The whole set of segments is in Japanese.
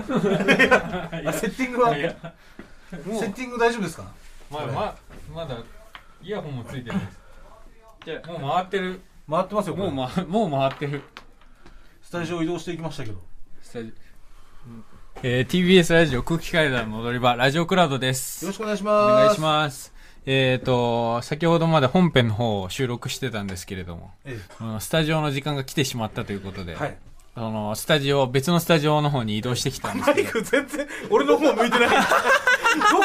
あセッティングはセいやッティング大丈夫ですかまだこれままだイヤホンもついてないですじゃもう回ってる回ってますよこもれう,、ま、もう回ってるスタジオ移動していきましたけどスタジオえー TBS ラジオ空気階段の踊り場ラジオクラウドですよろしくお願いしおます願いしますえっ、と先ほどまで本編の方を収録してたんですけれどもえあのスタジオの時間が来てしまったということで、えはいあのスタジオ別のスタジオの方に移動してきたんですマ けイどク全然俺の方向 いてないど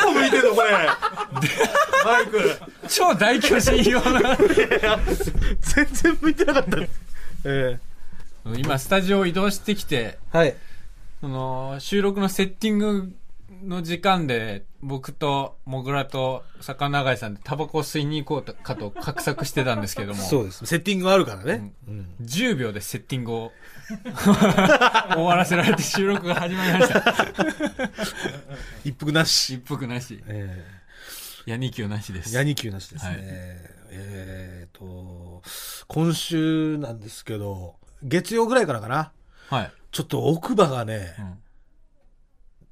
こ向いてんのこれマイク超大巨人用な全然向いてなかったえ 今スタジオを移動してきてえはいその収録のセッティングの時間で僕とモグラと坂永井さんでタバコを吸いに行こうかと画策してたんですけどもそうですセッティングがあるからね、うん10秒でセッティングを終わらせられて収録が始まりました一服なし一服なしえヤニキューなしでえすヤニ級なしですね、はいえー、と今週なんですけど月曜ぐらいからかなはい、ちょっと奥歯がね、うん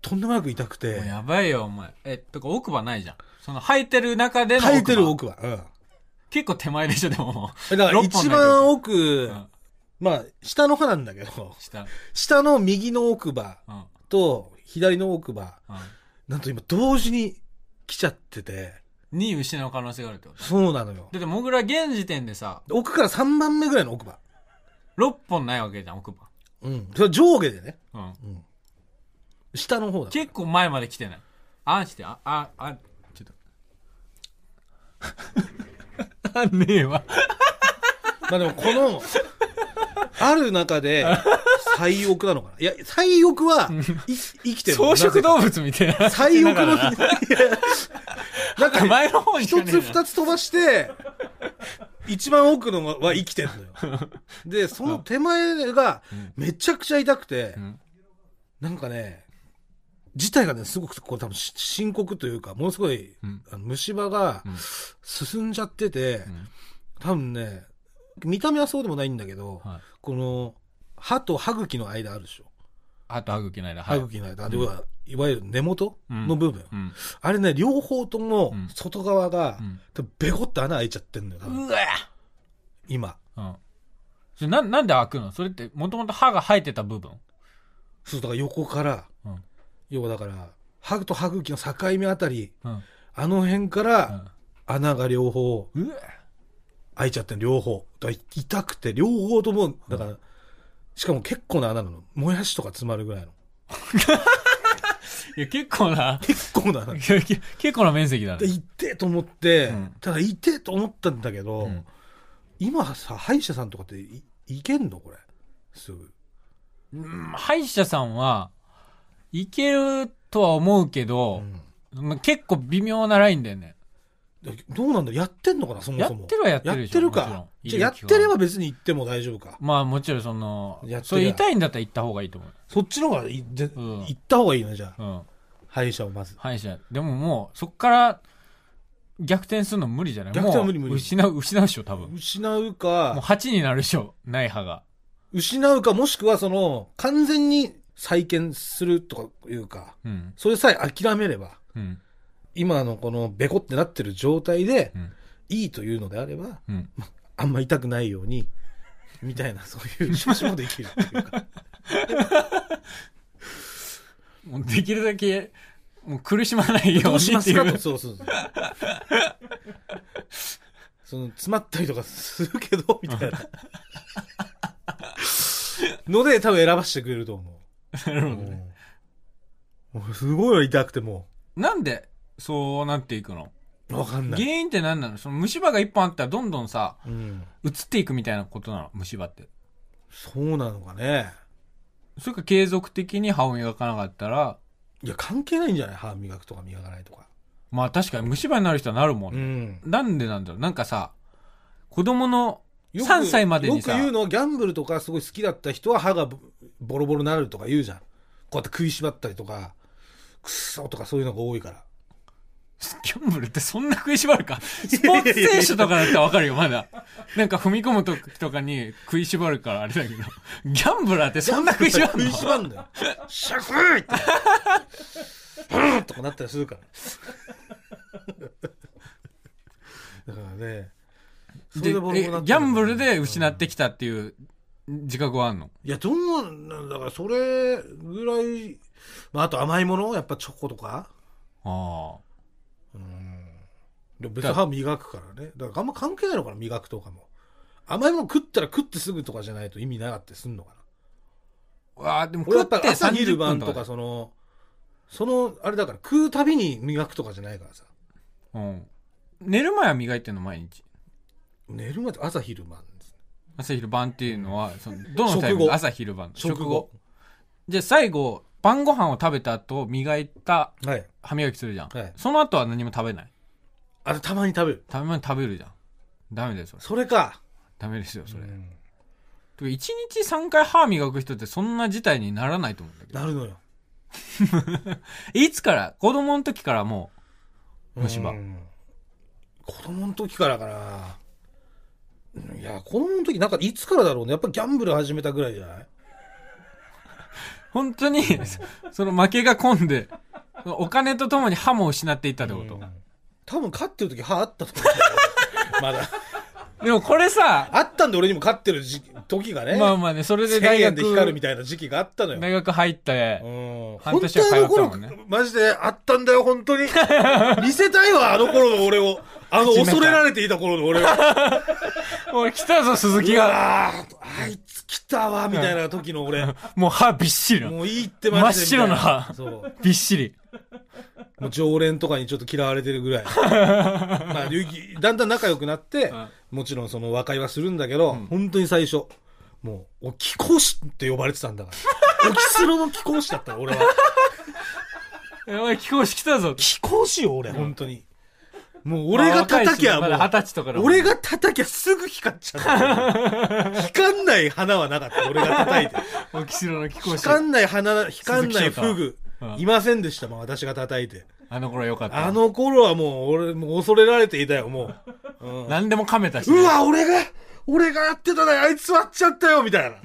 とんでもなく痛くてもうやばいよお前えとか奥歯ないじゃんその生えてる中での奥歯生えてる奥歯うん結構手前でしょでももえだから六本一だけど番奥、うんまあ下の歯なんだけど う下下の右の奥歯うんうんと左の奥歯なんと今同時に来ちゃっててに失う可能性があるってことそうなのよだってモグラ現時点でさ奥から3番目ぐらいの奥歯6本ないわけじゃん奥歯うんそれは上下でね、うんうん、下の方だ結構前まで来てないあんしてあああちょっとあんねえわまあでもこの ある中で最奥なのかないや最奥はい生きてるの草食動物みたいな最奥のいやなんかね前の方に一つつ二つ飛ばして、一番奥のは生きてんのよ。で、その手前がんめちゃくちゃ痛くて、んなんかね、自体がね、すごくこう多分し深刻というか、ものすごい、うんあの虫歯がうん進んじゃってて、ん多分ね、見た目はそうでもないんだけど、はいこの、歯と歯茎の間あるでしょ。あと歯茎ないなは歯い茎の間。で要はいわゆる根元の部分。うんあれね、両方ともうん外側がうん、ベコって穴開いちゃってんのよ、多分うわ今。うんそれななんで開くのそれってもともと歯が生えてた部分そう、だから横から、うん要はだから、歯と歯茎の境目あたり、うんあの辺から穴が両方うんうわ開いちゃってんの両方。だから痛くて、両方とも、だから、しかも結構な穴なの。もやしとか詰まるぐ らいの。いや結構な 結構な穴。いやいや結構な面積だでね痛えと思って、うんただ痛えと思ったんだけど、うん今さ、歯医者さんとかっていいけんのこれ。すぐ。うん歯医者さんはいけるとは思うけど、うんまあ結構微妙なラインだよね。どうなんだやってんのかなそもやそも。ってるはやってるやでっしょてるもちろんか。医じ療ゃあやっ機関てれば別に行っても大丈夫か。まあもちろんそのやっ、てりゃそれ痛いんだったら行った方がいいと思そっちの方がいぜうん行った方がいいのじゃあ。う。うん。歯医者をまず。歯医者。でももう、そっから逆転するの無理じゃない逆転は無理無理もう失う、失うでしょ、多分。も失ううか、 8になるでしょ、ない歯が。失うか、もしくはその、完全に再建するとかいうか、うん。それさえ諦めれば、うん。今のこのベコってなってる状態でうん、いいというのであれば、うん。あんま痛くないように、みたいな、そういう処置もできるっていうか。もうできるだけ、もう苦しまないよどううしにまってすいかと。う。そうそうそう。その、詰まったりとかするけど、みたいな。ので、多分選ばしてくれると思う。なるほどねうんもうすごい痛くてもなんで、そうなっていくのう、わかんな原い。因って何なのその虫歯が1本あったらどんどんさ、うん。移っていくみたいなことなの虫歯って。そうなのかね。それか継続的に歯を磨かなかったら、いや、関係ないんじゃない歯磨くとか磨かないとか。まあ確かに虫歯になる人はなるもんうね。ん。なんでなんだろうなんかさ、子供の よく3歳までにさよく言うのは、ギャンブルとかすごい好きだった人は歯がボボロボロになるとか言うじゃん。こうやって食いしばったりとか、くっそとかそういうのが多いから。ギャンブルってそんな食いしばるかスポーツ選手とかだったらわかるよ、まだ。なんか踏み込む時とかに食いしばるからあれだけど、ギャンブラーってそんな食いしばる食のいしばんだよ。シャフーって。ブーンとかなったりするから。だからね。 そでれでボロボロになえってギるャンブルで失ってきたっていう自覚はあんのいや、どんな、だからそれぐらい、まああと甘いものやっぱチョコとか。あでも別に歯磨くからね。だからあんま関係ないのかな、磨くとかも。甘いもの食ったら食ってすぐとかじゃないと意味なかったりすんのかな。あ。わあ、でも俺食やっっぱてり朝昼30分晩ととかか。その、その、あれだから食うたびに磨くとかじゃないからさ。うん。寝る前は磨いてんの、毎日。寝る前って朝昼晩です。朝昼晩っていうのは、そのどのタイ食ム後朝昼晩。食後。。じゃあ最後、晩ご飯を食べた後、磨いたはい。歯磨きするじゃん。はいその後は何も食べない。あれたまに食べる。食べ物食べるじゃん。ダメだよ、それ。それか。ダメですよ、それ。うんてか一日3回歯磨く人ってそんな事態にならないと思うんだけど。なるのよ。いつから子供の時からも虫歯、うん子供の時からかな。うんいや、子供の時、なんかいつからだろうね。やっぱギャンブル始めたぐらいじゃないう本当に、その負けが込んで、お金とともに歯も失っていったってこと。多分勝ってる時歯あったと思うんだ けどまだ。でもこれさ、あったんで俺にも勝ってる時期時がね。まあまあね、それで1000大円で光る学み、たいな時期があったのよ。大学入って、うん半年は通ったもんね本当にあの頃マジであったんだよ、本当に。 見せたいわ、あの頃の俺を。あの、口の中恐れられていた頃の 俺を。おい、来たぞ、鈴木いが。やーあいつ来たわ、みたいな時の俺。もう歯びっしりな。もういいってマジで。真っ白なみたい歯そう。びっしり。もう常連とかにちょっと嫌われてるぐら い。まあ、ゆきだんだん仲良くなって、んもちろんその和解はするんだけど、本当に最初、もう、お貴公子って呼ばれてたんだから。おきすろの貴公子だったの、俺は。おい、貴公子来たぞ。貴公子よ、俺、本当に。もう、俺が叩きゃ、もまうだ、二十歳とかだもん俺が叩きゃすぐ光っちゃう。光んない花はなかった、俺が叩い て。おきしろの貴公子。光んない花、光んないフ鈴グうん、いませんでしたもん、私が叩いて。あの頃よかった。あ、の頃はもう、俺、もう恐れられていたよ、もう。うん何でも噛めたしね、うわ、俺が、俺がやってたのにあいつ割っちゃったよ、みたいな。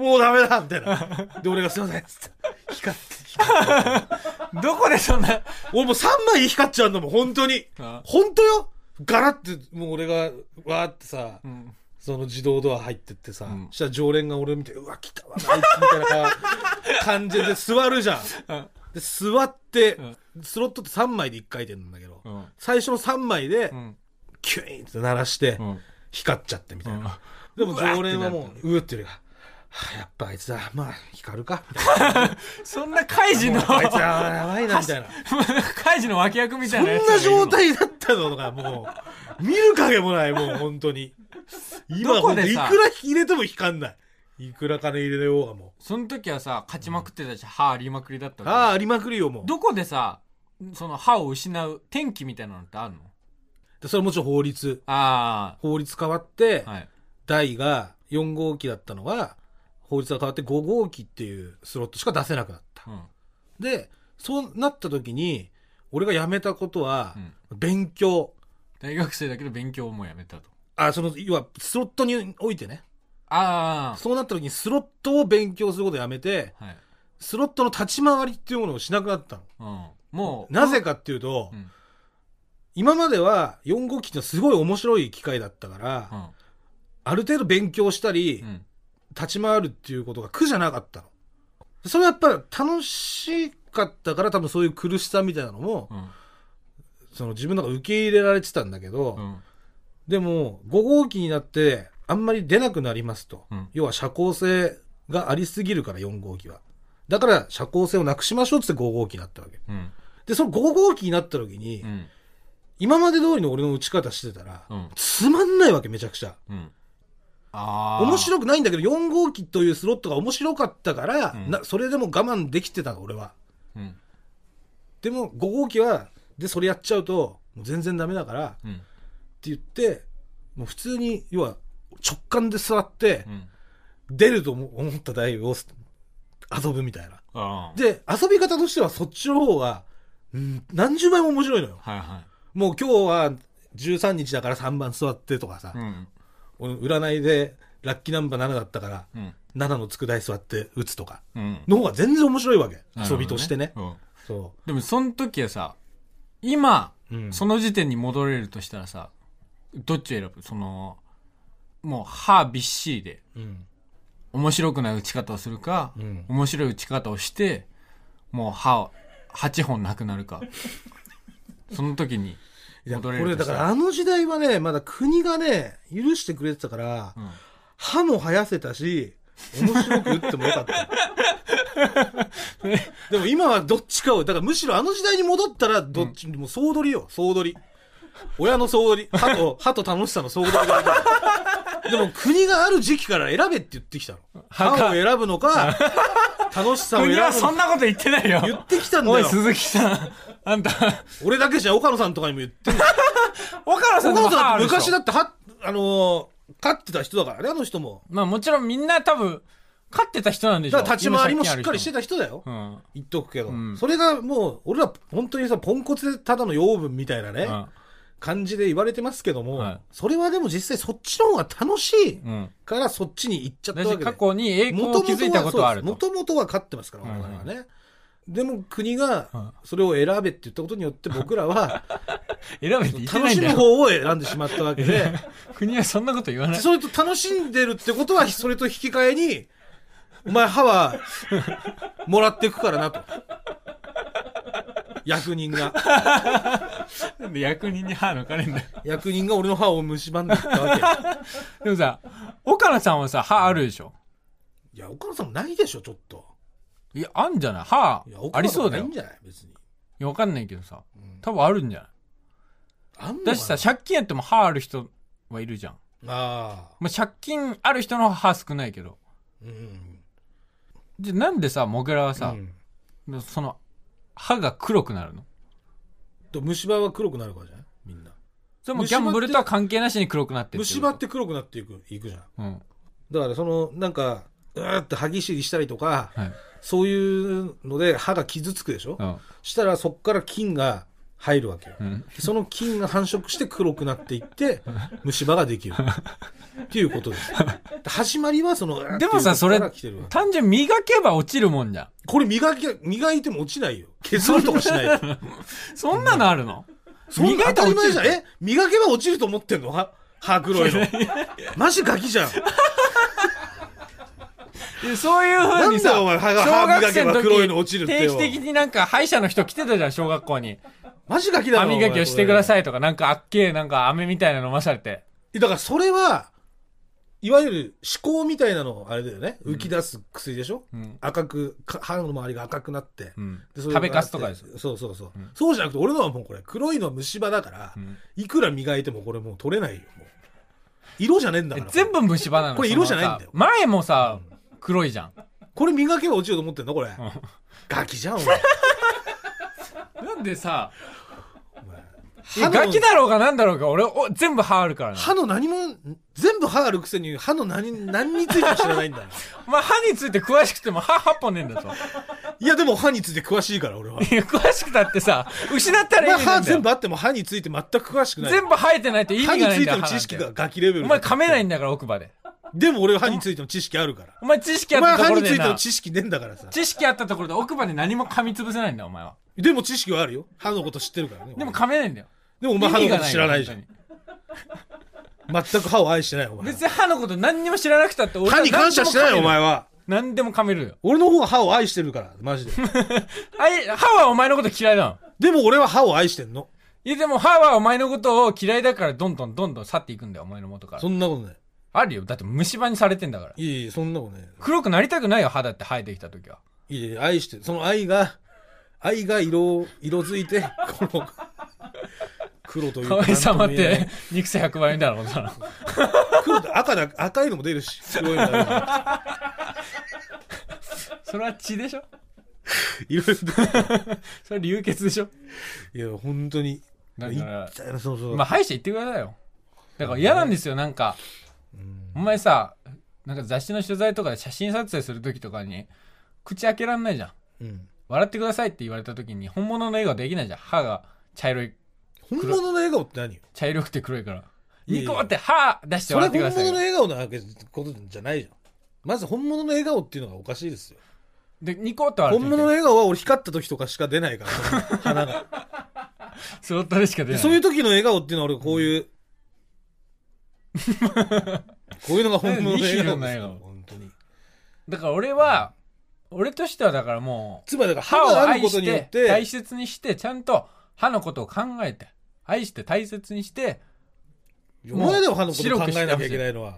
もうダメだ、みたいな。で、俺がすいません、つって。光って、光って。うんどこでそんな、俺もう3枚光っちゃうんだもん、本当にあ。本当よガラって、もう俺が、わーってさ、んその自動ドア入ってってさ、んしたら常連が俺見て、うわ、来たわ、あいつみたいな顔 感じで座るじゃん。うんで、座って、んスロットって3枚で1回転なんだけど、うん最初の3枚で、んキュイーンって鳴らして、うん光っちゃってみたいな。うんでも常連はもう、うーっていうよりが、はあやっぱあいつだ、まあ、光るか、みたいな。そんなカイジの、あいつはやばいな、みたいな。 カイジの脇役みそたいんなやつな状がい態だったのが、もう、見る影もない、もう、本当に。今、どこ本当でいくさら入れても光んない。いくら金入れようがもるのその時はさ、勝ちまくってたし、歯ありまくりだったう。わけああ、ありまくりよ、もう。どこでさ、その歯を失う天気みたいなのってあるのでそれもちろん法律。あ法律変わってあ、、はい。台が4号機だったのが、法律が変わって5号機っていうスロットしか出せなくなった。うん。で、そうなった時に、俺が辞めたことはうん、勉強。大学生だけど勉強もやめたと。あ、その、要は、スロットにおいてね。あそうなった時にスロットを勉強することをやめて、あ、はい。スロットの立ち回りっていうものをしなくなったの。うん。もう、なぜかっていうと、うん今までは4号機ってすごい面白い機会だったから、うん。ある程度勉強したり、うん。立ち回るっていうことが苦じゃなかったの。それはやっぱ楽しかったから多分そういう苦しさみたいなのも、うん。その自分の中で受け入れられてたんだけど、うん。でも5号機になってあんまり出なくなりますと。うん要は社交性がありすぎるから4号機は。だから社交性をなくしましょうっつって5号機になったわけ。うん。で、その5号機になった時に、うん。今まで通りの俺の打ち方してたら、うんつまんないわけめちゃくちゃ。うん。ああ。面い。白くないんだけど、4号機というスロットが面白かったから、うんなそれでも我慢できてたの、俺は。うん。でも、5号機は、で、それやっちゃうと、もう全然ダメだから、ってうん。言って、もう普通に、要は、直感で座ってう、ん。出ると思思った台を遊ぶみたいな。ああ。で、遊び方としてはそっちの方が、うん何十倍も面白いのよ。はいはもう今日は13日だから3番座ってとかさい。う、ん。俺占いでラッキーナンバー7だったから、うん。 7の佃い座って打つとか、うん。の方が全然面白いわけ。なるほど遊びとしてね。うんそでも、その時はさ、今、う。うん。その時点に戻れるとしたらさ、どっちを選ぶその、もう歯びっしりで、うん。面白くない打ち方をするか、うん面白い打ち方をして、もう歯、8本なくなるか。 その時にいや、こ戻れるれとだしたかららあの時代はね、まだ国がね、許してくれてたから、うん歯も生やせたし、面白く打ってもよかった。でも今はどっちかを、だからむしろあの時代に戻ったら、どっち、もう総取りよ、総取り。親の総取り。歯 と、歯と楽しさの総取りがある。でも国がある時期から選べって言ってきたの。歯歯をか選ぶのか、楽しさを選ぶ国のはそかん。なこと言ってないよ。言ってきたんだおい、よ。鈴木さん。あんた、俺だけじゃ岡野さんとかにも言ってる。岡野さん岡で野もさん歯だっあるてでし昔ょだって歯、あのー、飼ってた人だからね、あの人も。まあもちろんみんな多分、勝ってた人なんでしょだから立ち回りもしっかりしてた。た人だよ。うん。言っとくけど、うんそれがもう、俺ら本当にさ、ポンコツでただの養分みたいなね、うん感じで言われてますけども、はいそれはでも実際そっちの方が楽しいうん。からそっちに行っちゃっただわしけで過。去に栄光を築いたことはあるもと。ともとは勝ってますから、我々はね。でも国がそれを選べって言ったことによって僕らは選べ ていけ楽ないんしだむよ。方を選んでしまったわけで、 国はそんなこと言わない。それと楽しんでるってことは、それと引き換えに、お前歯は、もらってくからなと。役人が。なんで役人に歯抜かれんだよ。役人が俺の歯を蝕んでいったわけ。でもさ、岡野さんはさ、歯あるでしょいや、岡野さんもないでしょ、ちょっと。いや、あんじゃない歯いや、岡あ野りさんそもうなだいよ。んいじゃない別に。や、わかんないけどさん。多分あるんじゃないあんのかなだしさ、借金やっても歯ある人はいるじゃん。ああ。まあ、借金ある人の歯少ないけど。うん。じゃ、なんでさ、モグラはさう、んその、歯が黒くなるのと虫歯は黒くなるからじゃないみんな。それもギャンブルとは関係なしに黒くなってる虫歯って黒くなっていく、いくじゃん。うん。だからその、なんか、うーって歯ぎしりしたりとか、はい。そういうので歯が傷つくでしょうん。したらそこから菌が入るわけよ、うん。その菌が繁殖して黒くなっていって虫歯ができるっていうこと です始まりはそのでもさっていうとこから来てるわ単純に磨けば落ちるもんじゃん。これ磨き磨いても落ちないよ削るとかしないよそんなのあるのそんな磨い当たたらり落ち前るじゃんえ磨けば落ちると思ってんのは歯黒 いのマジガキじゃんいやそういうふうにさ、なんだよお前歯が小学生の歯磨けば時黒いの落ちるって定よ期的になんか歯医者の人来てたじゃん、小学校に。マジガキだ歯ろ磨きをしてくだいさいとか、なんかあっけえ、なんか飴みたいなの飲まされて。だからそれはいわゆる思考みたいなのあれだよね浮き出す薬でしょ、うん。赤くか歯の周りが赤くなって、うん。でそれが食べかすとかですよ。そうそうそう、んそうじゃなくて俺のはもうこれ黒いのは虫歯だから、んいくら磨いてもこれもう取れないよもう色じゃねえんだえから全部虫歯なのこれその色じゃないんだよさ前もさ、黒いじゃん。これ磨けば落ちると思ってんのこれ、ガキじゃんお 前なんでさ、歯いやのガキだろうがなんだろうが、俺、お全部歯あるからな。歯の何も全部歯あるくせに歯の何何についても知ら ないんだよお前歯について詳しくても歯8本ねえんだぞ。いやでも歯について詳しいから 俺はいや詳しくたってさ、失ったおら意前味な歯いんだよ全。部あっても歯について全く詳しくない全部生えてないと意歯味につがないんいだてよ。の知識歯がなんて。ガキレベルお前噛めないいんだから奥歯で。でも俺は歯についての知識あるからお前知識おあっ前たと歯ころにつでいてのな。知識ねえんだからさ知識あったところで奥歯で何も噛み潰せないんだよ、お前は。でも知識はあるよ歯のこと知ってるからねでも噛めないんだよ。でもお前歯の意味こがとよ知らないじゃん本。当に全く歯を愛してない、お前別。に歯のこと何にも知らなくたって俺は歯に感謝してないよ、お前は。何でも噛めるよ。 俺の方が歯を愛してるから、マジで。あい歯はお前のこと嫌いだの。でも俺は歯を愛してんの。いやでも歯はお前のことを嫌いだからどんどんどんどん去っていくんだよ、お前の元からそ。んなことない。あるよ。だって虫歯にされてんだから。いいいい、そんなことない。黒くなりたくないよ、歯だって生えてきた時は。いいいい、愛してる。その愛が、愛が色を、色づいて、この、黒 というか。可愛さまっなんとも言えなてい、肉さ100倍みたいなことだな。黒と赤だ、赤いのも出るし、黒いのも出るしそれは血でしょいろいろそれ流血でしょ出る。いや、本当に。だからいやそうそう。まあ、歯医者行ってくださいよ。だから嫌なんですよ、なんか。お前さ、なんか雑誌の取材とかで写真撮影する時とかに、口開けらんないじゃうん。ん。笑ってくださいって言われた時に、本物の笑顔できないじゃん。歯が茶色い、本物の笑顔って何よ茶色くて黒いから。いやいニやコって歯出してそれ笑はって本くだ物さのいよ。笑顔なわけことじゃないじゃん。まず本物の笑顔っていうのがおかしいですよ。で、ニコって笑っ本て物の笑顔は俺光った時とかしか出ないから、その鼻が。スロットでしか出でない。そういう時の笑顔っていうのは俺こう いう、こういうのが本物の笑ニヒル顔なです笑よ顔本当に。だから俺は、俺としてはだからもう、つまりだから歯歯をがある愛ことし、によって大て、切にして、ちゃんと歯のことを考えて、愛して大切にして、お前でも歯のこと考えなきゃいけないのは。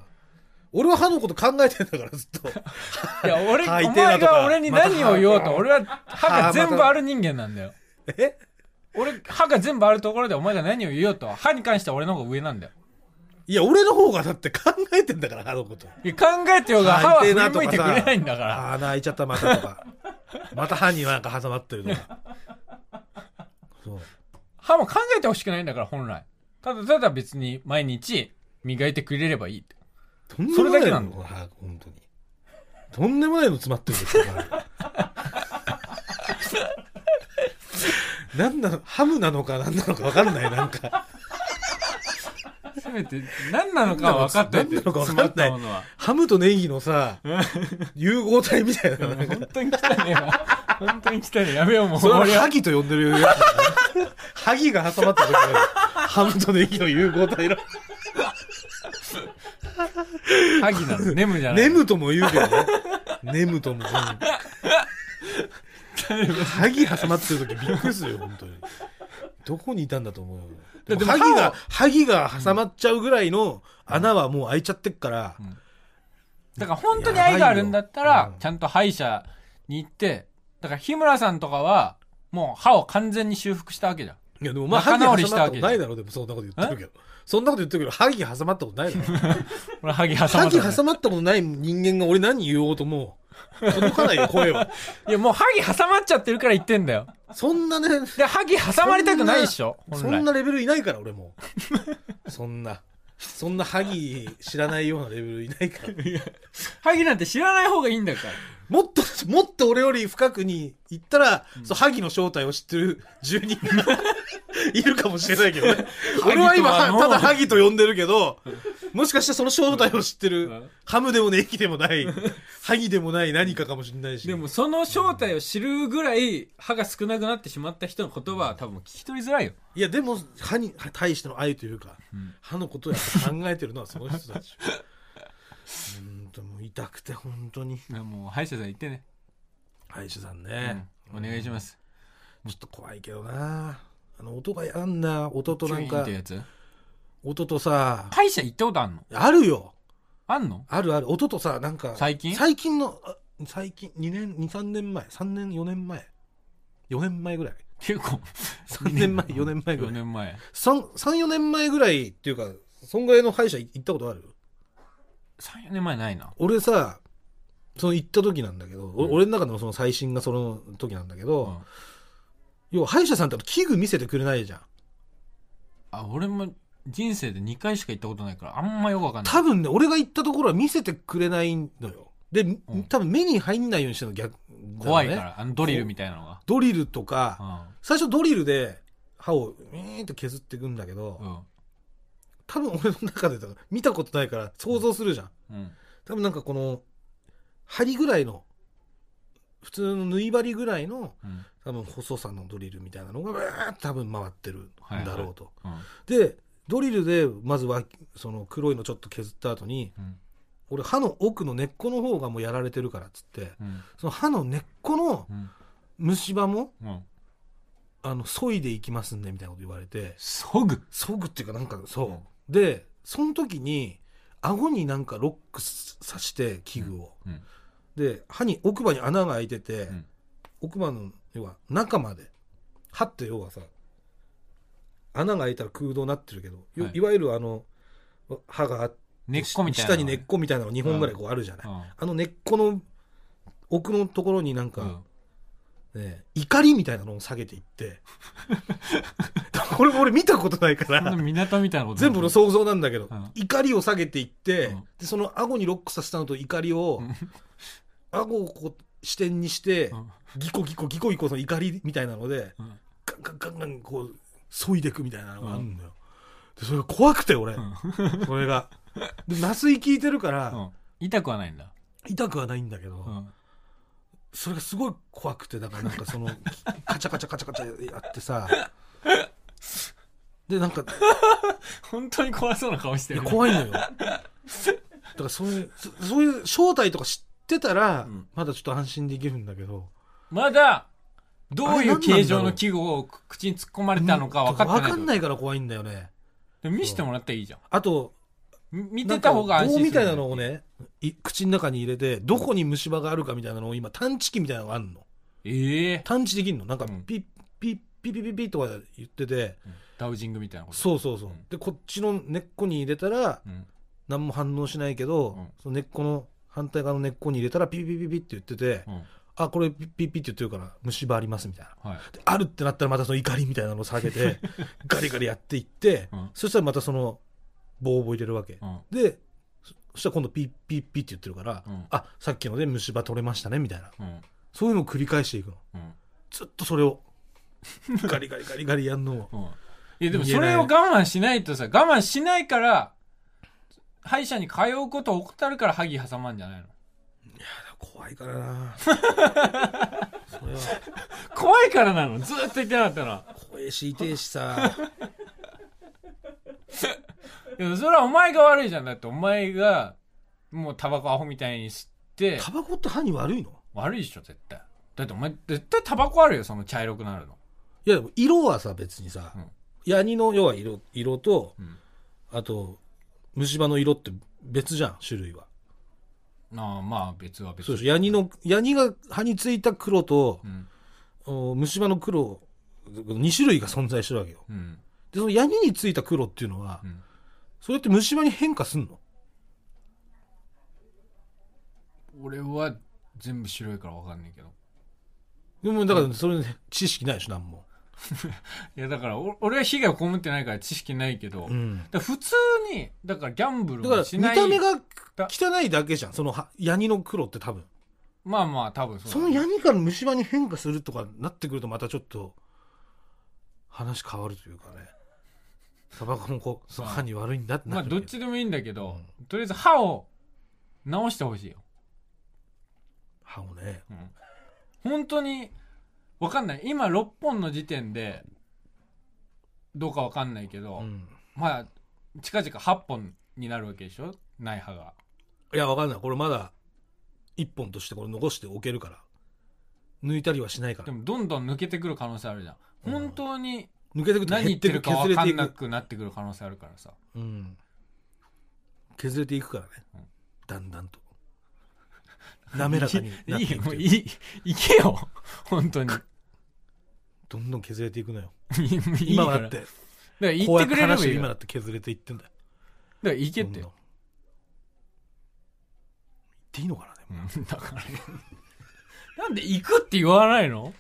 俺は歯のこと考えてんだからずっと。い や、俺、歯お痛えな前とかが俺に何を言おうと、また俺は歯が全部ある人間なんだよ。え俺、歯が全部あるところでお前が何を言おうと、歯に関しては俺の方が上なんだよ。いや、俺の方がだって考えてんだから、歯のこと。いや考えてようが歯は痛振えりなと向かいさてくれないんだから。あー穴開いちゃった、またとか。また歯になんか挟まってるとか。そう。歯も考えてほしくないんだから、本来。ただただ別に毎日磨いてくれればいいって。とんでもないそれだけなののこの歯本当に。とんでもないの詰まってるんですよ。なんなのハムなのか何なのか分かんないなんかせめて、何なのかは分かっといて。何なのか分かんない詰まったものは。ハムとネギのさ融合体みたいななんか 本当に汚ねえわ。本当に汚ねえ。やめよう、もう。それは俺はハギと呼んでるやつだねハギが挟まった時のハムとネギの融合体の歯ぎなの。ネムじ ゃない。ネムとも言うけどねネムともうんハギ挟まってる時びっくりするよ本当にどこにいたんだと思うよだっでてもハギ歯がをハギが挟まっちゃうぐらいの穴はもう開いちゃってっから、だから本当に愛があるんだったら、やばいようんちゃんと歯医者に行って、だから日村さんとかは、もう歯を完全に修復したわけじゃん。いやでもまあ仲歯ギ挟ま直っりしたたわこけとないだろうでもそんなこと言ってるけどそんなこと言ってるけどハギ挟まったことないだろ俺歯ぎ 挟まった歯のギね。挟まったことない人間が俺何言おうともう届かないよ声はいや、もう歯ぎ挟まっちゃってるから言ってんだよ。そんなねで、歯ぎ挟まりたくないでしょ。そ本ん来。なレベルいないから俺も そんなそんなハギ知らないようなレベルいないから 歯ぎなんて知らない方がいいんだから。もっと、もっと俺より深くに行ったら、そう、萩の正体を知ってる住人が いるかもしれないけ どね。俺は今、萩とははのただ萩と呼んでるけど、もしかしたらその正体を知ってうるん、ハムでもね、駅でもない、萩でもない何かかもしれないし。でもその正体を知るぐらい歯が少なくなってしまった人の言葉は多分聞き取りづらいよ。いや、でも、歯に対しての愛というか、歯のことをやっぱ考えてるのはその人たち。本当もう痛くて、本当に。もう歯医者さん行ってね。歯医者さんね。うんお願いします。ちょっと怖いけどなあの、音がやんだ。音となんキュイーンっかて。やつ音とさ、歯医者行ったことあんのあるよ。あんのあるある。音とさ、なんか。最近最近の、あ最近、2年、2、3年前。3年、4年前。4年前ぐらい。結 構。 3年前、4年前ぐ4らい。年前。 3、3、4年前ぐらいっていうか、そんぐらいの歯医者行ったことある3、4年前ないな。俺さ、その行った時なんだけど、お俺の中のその最新がその時なんだけど、うん要は歯医者さんって器具見せてくれないじゃん。あ、俺も人生で2回しか行ったことないから、あんまよくわかんない。多分ね、俺が行ったところは見せてくれないのよ。で、ん多分目に入んないようにしてるの逆、だろ怖ういねから、あのドリルみたいなのが。ドリルとか、う最初ドリルで歯をウィーンと削っていくんだけど、ん。うん多分俺の中でだから見たことないから想像するじゃん。うん。多分なんかこの針ぐらいの普通の縫い針ぐらいのうん。多分細さのドリルみたいなのがブーッと多分回ってるんだろうと。うん。でドリルでまずはその黒いのちょっと削った後にうん。俺歯の奥の根っこの方がもうやられてるからっつってうん。その歯の根っこのうん。虫歯もうん。あの削いでいきますんでみたいなこと言われて。そぐ。そぐっていうかなんかそう、うんでその時に顎になんかロックさして器具を、うん。で歯に奥歯に穴が開いてて、うん奥歯の要は中まで歯って要はさ穴が開いたら空洞になってるけど、よはいい、わゆるあの歯があって根っこみたいな下のにが根ね。っこみたいなのが2本ぐらいこうあるじゃない、うん。あの根っこの奥のところになんうか、んね怒りみたいなのを下げていって これ俺見たことないからそんな港みたいなこと全部の想像なんだけど、うん怒りを下げていって、うんでその顎にロックさせたのと怒りを、うん顎をこう視点にしてん、ギコギコギコギコその怒りみたいなので、んガンガンガンガンこう、削いでいくみたいなのがあるんだよ。で、それが怖くて、俺。それが。で、麻酔効いてるから、うん痛くはないんだ。痛くはないんだけど、うん。それがすごい怖くて、だからなんかその、カチャカチャカチャカチャやってさ、で、なんか、本当に怖そうな顔していやるね。怖いのよ。だからそういう、そそういう正体とか知ってたら、うんまだちょっと安心できるんだけど、まだ、どういう形状の器具を口に突っ込まれたのか分かってない。わかんないから怖いんだよね。でも見せてもらったらいいじゃん。あと、み見てた方が安心す棒る。みたいなのをね、い口の中に入れて、どこに虫歯があるかみたいなのを今、探知機みたいなのがあるの。ええ探知できんのなんかうんピッ、ピッ、ピッピッピッピッとか言ってて、ダウジングみたいなこと。そうそうそううん。で、こっちの根っこに入れたら、うん。何も反応しないけど、うんその根っこの、反対側の根っこに入れたら、ピッピッピッピッって言ってて、うん。あ、これピッピッピッって言ってるから、虫歯ありますみたいな。はい。であるってなったらまたその怒りみたいなのを下げて、ガリガリやっていって、うんそしたらまたその棒を入れるわけ。うん。で、そそしたら今度ピッピッピッって言ってるから、うんあ、さっきので虫歯取れましたねみたいな。うん。そういうのを繰り返していくの。うん。ずっとそれを、ガリガリガリガリやんのを。うん。いや、でもそれを我慢しないとさ、我慢しないから、歯医者に通うことを怠るから萩挟まんじゃないの怖いからなそれは、怖いからなのずっと言ってなかったら。怖えし痛えしさ。いや、それはお前が悪いじゃん。だってお前が、もうタバコアホみたいに吸って、タバコって歯に悪いの悪いでしょ、絶対。だってお前、絶対タバコあるよ、その茶色くなるの。いやでも色はさ別にさ、うんヤニの要は色色と、うんあと虫歯の色って別じゃん種類はああ、まあ別は別。そうでしょヤニのヤニが歯についた黒とう、ん。お虫歯の黒2種類が存在してるわけようん。でそのヤニについた黒っていうのは、うんそれって虫歯に変化すんの俺は全部白いからわかんないけど。でもだからそれ、ね知識ないでしょ何も、いや、だからお俺は被害を被ってないから知識ないけど、うん、だから普通に、だからギャンブルだかもらし見ない。た目が汚いだけじゃんその歯ヤニの黒って多分まあまあ、多分そうそだのね、ヤニから虫歯に変化するとかなってくるとまたちょっと話変わるというかねタバコもこうその歯に悪いんだってまなあるどっちでもいいんだけど、とりあえず歯を直してほしいよ。歯をねうん本当に、わかんない。今、6本の時点で、どうかわかんないけど、うんまあ、近々8本になるわけでしょない歯が。いやわかんないこれまだ一本としてこれ残しておけるから抜いたりはしないかでらも、どんどん抜けてくる可能性あるじゃん。うん本当に、抜けてくと何言減っっててくるか削われかていんなく、くなってくる可能性あるからさ。うん、削れていくからね、うんだんだんと滑らかになって いいいよ、くもとういういい、いけよ。本当に。どんどん削れていくのよいいいいか今らだってだから言こうっやてってくれれば話いい今よ。だだって削れていってんだよから行けってどんどん言よ。っていいのかなでもうんだから。なんで行くって言わないの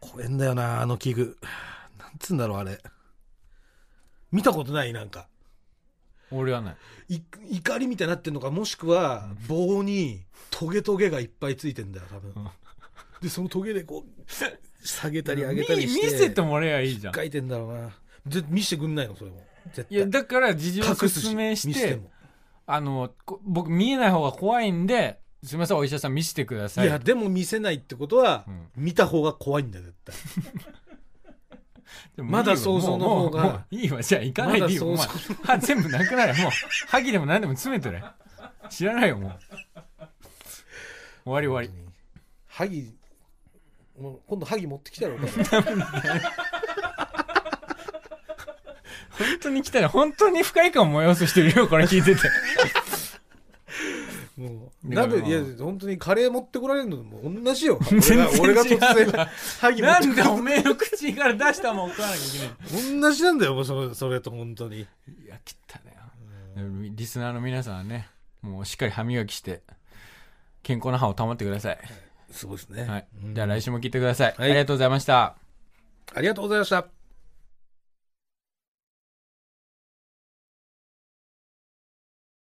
これんだよなあの器具なんつうんだろうあれ見たことないなんか俺はない。い怒りみたいになってんのかもしくは棒にトゲトゲがいっぱいついてんだよ多分んでそのトゲでこう下げたり上げたりしてみ見せてもらえばいいじゃん。書いてんだろうなで見してくんないのそれも絶いや、対だから事情を隠す説明し見て、せてもあの、こ僕見えない方が怖いんで、すみません、お医者さん見せてくだいさい。やでも見せないってことはうん見た方が怖いんだよ絶対でもまだいいよ想像の方がもうもうもういいわ、じゃあ行かないでいいよ、まおだ前想。歯全部なくなるもう、歯ぎでも何でも詰めてね。知らないよ、もう。終わり終わり。萩もう今度萩持ってきたらお母 さん本当に来たら、本当に不快感を催す人いるよ、これ聞いてて。もう、いなやんで、いいやや、本当にカレー持ってこられるのも同じよ。 全然違う俺が俺が突然、萩持っ なてんで おめえの口から出したもん食わなきゃいけない同じなんだよ、もうそれそれと本当に。の。いや、切ったね。リスナーの皆さんはね、もうしっかり歯磨きして、健康な歯を保ってください。そうですね。はいうん。じゃあ来週も聞いてください。はいありがとうございました。ありがとうございました。